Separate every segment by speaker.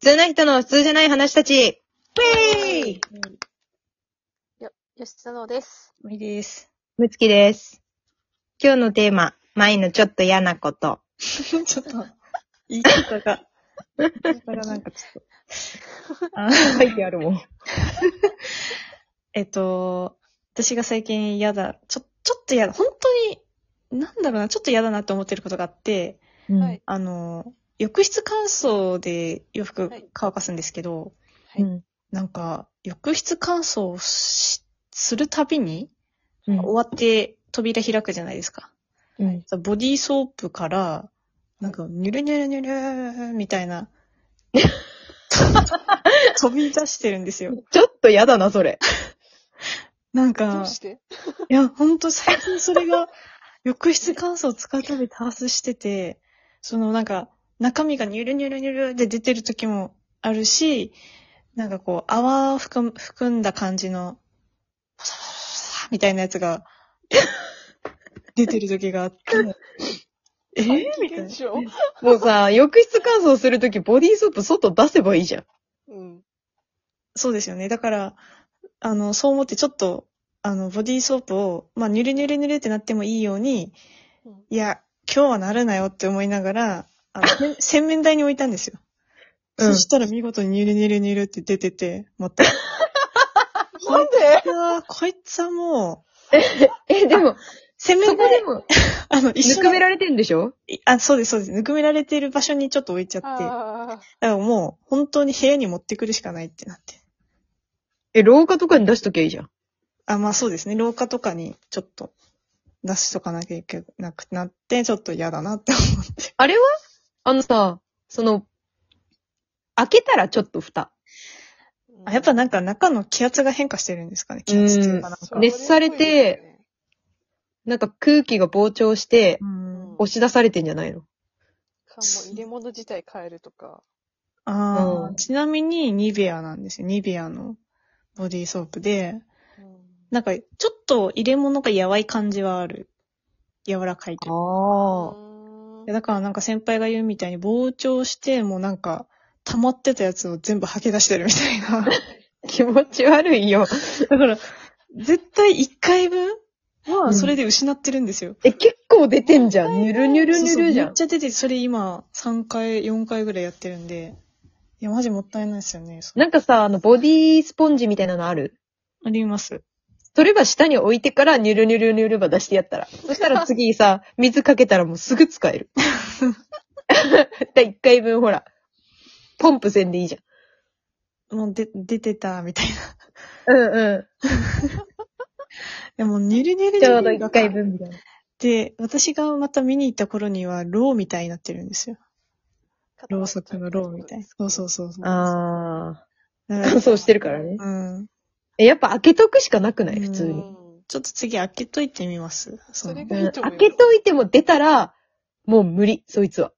Speaker 1: 普通な人の普通じゃない話たち。ウェイ
Speaker 2: よ、吉野です。
Speaker 3: 無理です。
Speaker 1: むつきです。今日のテーマ、舞のちょっと嫌なこと。
Speaker 3: ちょっと、言い方が、言い方がなんかちょっと。あ
Speaker 1: 書いてあるもん。
Speaker 3: えっと、私が最近嫌だ、ちょ、ちょっと嫌だ、本当に、なんだろうな、ちょっと嫌だなって思ってることがあって、
Speaker 1: うん
Speaker 2: はい。
Speaker 3: あの、浴室乾燥で洋服
Speaker 2: はい
Speaker 3: 乾かすんですけど、
Speaker 2: はい
Speaker 1: うん
Speaker 3: なんか、浴室乾燥をしするたびに、
Speaker 1: うん
Speaker 3: 終わって扉開くじゃないですか。
Speaker 1: うん
Speaker 3: そうボディーソープから、なんか、ニュルニュルニュルーみたい な、飛び出してるんですよ。
Speaker 1: ちょっと嫌だな、それ。
Speaker 3: なん
Speaker 2: ど
Speaker 3: か
Speaker 2: う、して
Speaker 3: いや、ほんと最近それが、浴室乾燥を使うたび多発してて、そのなんか、中身がニュルニュルニュルで出てる時もあるし、なんかこう、泡を含む含んだ感じの、パサパサパサパサみたいなやつ が、出てる時があって、えー、みたいな。
Speaker 2: 現象
Speaker 1: もうさ、浴室乾燥するとき、ボディーソープ外出せばいいじゃん。
Speaker 2: うん。
Speaker 3: そうですよね。だから、あの、そう思ってちょっと、あの、ボディーソープを、まあ、ぬるぬるぬるってなってもいいように、
Speaker 2: うん
Speaker 3: いや、今日はなるなよって思いながら、あ の、洗洗面台に置いたんですよ。
Speaker 1: うん
Speaker 3: そしたら見事にニュルニュルニュルって出てて、また。
Speaker 1: なんで
Speaker 3: いやーこいつはもう、
Speaker 1: え、でも、
Speaker 3: 洗
Speaker 1: そこ
Speaker 3: 面 台、
Speaker 1: でも、
Speaker 3: あの、一
Speaker 1: ぬ
Speaker 3: 緒
Speaker 1: くめ
Speaker 3: に、
Speaker 1: られてんでしょ
Speaker 3: あ、そうです、そうです。ぬくめられている場所にちょっと置いちゃって、だか
Speaker 2: あ
Speaker 3: らもう、本当に部屋に持ってくるしかないってなって。
Speaker 1: え、廊下とかに出しときゃいいじゃん。
Speaker 3: あ、まあそうですね。廊下とかにちょっと出しとかなきゃいけなくなって、ちょっと嫌だなって思って。
Speaker 1: あれはあのさ、その、開けたらちょっと蓋。
Speaker 2: あ。
Speaker 3: あやっぱなんか中の気圧が変化してるんですかね。気圧っていうかなんか。
Speaker 2: そう
Speaker 1: 熱されて、なんか空気が膨張して
Speaker 3: う、
Speaker 2: うん
Speaker 3: ん。
Speaker 1: 押し出されてんじゃないの
Speaker 2: かも入れ物自体変えるとか。
Speaker 3: あ
Speaker 1: う
Speaker 3: あ
Speaker 1: ん、
Speaker 3: ちなみにニベアなんですよ。ニベアのボディーソープで。
Speaker 2: うん
Speaker 3: なんかちょっと入れ物がやわい感じはある。柔らかいという
Speaker 1: あ
Speaker 3: か
Speaker 1: あ。
Speaker 2: う
Speaker 3: いや
Speaker 2: ーん
Speaker 3: だからなんか先輩が言うみたいに膨張して、もうなんか溜まってたやつを全部吐き出してるみたい な。
Speaker 1: 気持ち悪いよ。
Speaker 3: だから、絶対一回分
Speaker 1: うん
Speaker 3: は、それで失ってるんですよ。
Speaker 1: え、結構出てんじゃん。ぬるぬる
Speaker 3: そう
Speaker 1: ぬ
Speaker 3: そう
Speaker 1: るじゃ
Speaker 3: めっ
Speaker 1: ん。
Speaker 3: ちゃ出てて、それ今、3回、4回ぐらいやってるんで。いや、マジもったいないですよね。そ
Speaker 1: なんかさ、あの、ボディスポンジみたいなのある
Speaker 3: あります。
Speaker 1: それば下に置いてから、ぬるぬるぬるば出してやったら。そしたら次 さ、水かけたらもうすぐ使える。 だ一回分ほら、ポンプせんでいいじ
Speaker 3: もう、で、出てた、みたいな。い
Speaker 1: ゃん。うんう
Speaker 3: や、もう、ニュルニュル
Speaker 1: ん。
Speaker 3: ニ
Speaker 1: ちょ
Speaker 3: ュ
Speaker 1: うど
Speaker 3: ル
Speaker 1: 一回分みたいな。
Speaker 3: で、私がまた見に行った頃には、ローみたいになってるんですよ。ろうそくのローみたいな。そうそうそうそう。
Speaker 1: あ
Speaker 3: だ
Speaker 1: あ。
Speaker 3: から
Speaker 1: 乾燥してるからね。
Speaker 3: うん。
Speaker 1: え、やっぱ開けとくしかなくない普
Speaker 2: う
Speaker 1: 通
Speaker 2: ん。
Speaker 1: に。
Speaker 3: ちょっと次開けといてみます。その
Speaker 2: それが
Speaker 1: うん
Speaker 2: いいと
Speaker 1: 開
Speaker 2: 思います
Speaker 1: けといても出たら、もう無理、そいつは。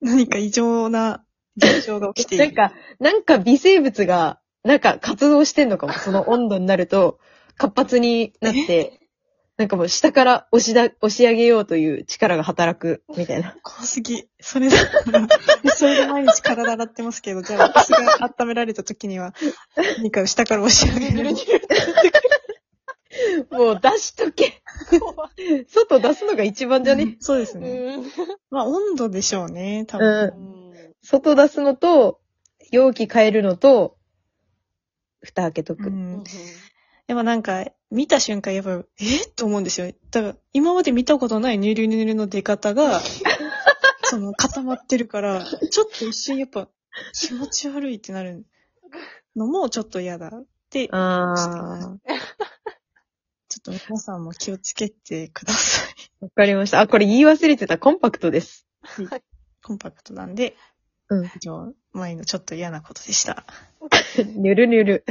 Speaker 3: 何か異常な現象が起きている。
Speaker 1: なんか、なんか微生物が、なんか活動してんのかも。その温度になる と、活発になって、なんかもう下から押しだ、押し上げようという力が働く、みたいな。
Speaker 3: 怖すぎ。それだったら、それで毎日体洗ってますけど、じゃあ私が温められた時には、何か下から押し上げ
Speaker 2: ぬる
Speaker 3: る
Speaker 2: ぬ。る
Speaker 1: もう出しとけ。
Speaker 2: 怖い
Speaker 1: 外出すのが一番じゃね。
Speaker 3: そうですね。
Speaker 2: うん
Speaker 3: まあ温度でしょうね、多
Speaker 1: う
Speaker 3: 分。
Speaker 1: ん。外出すのと、容器変えるのと、蓋開けと
Speaker 3: う
Speaker 1: く。
Speaker 2: うん
Speaker 3: ん。やっぱなんか、見た瞬間、やっぱ、えっと思うんですよ。だから、今まで見たことないニュルニュルの出方 が、その固まってるから、ちょっと一瞬やっぱ、気持ち悪いってなるのもちょっと嫌だって、ちょっ
Speaker 1: ああ。
Speaker 3: と皆さんも気をつけてください。
Speaker 1: わかりました。あ、これ言い忘れてた。コンパクトです。
Speaker 3: コンパクトなんで、
Speaker 1: うん
Speaker 3: 以上、前のちょっと嫌なことでした。
Speaker 1: ぬるぬる。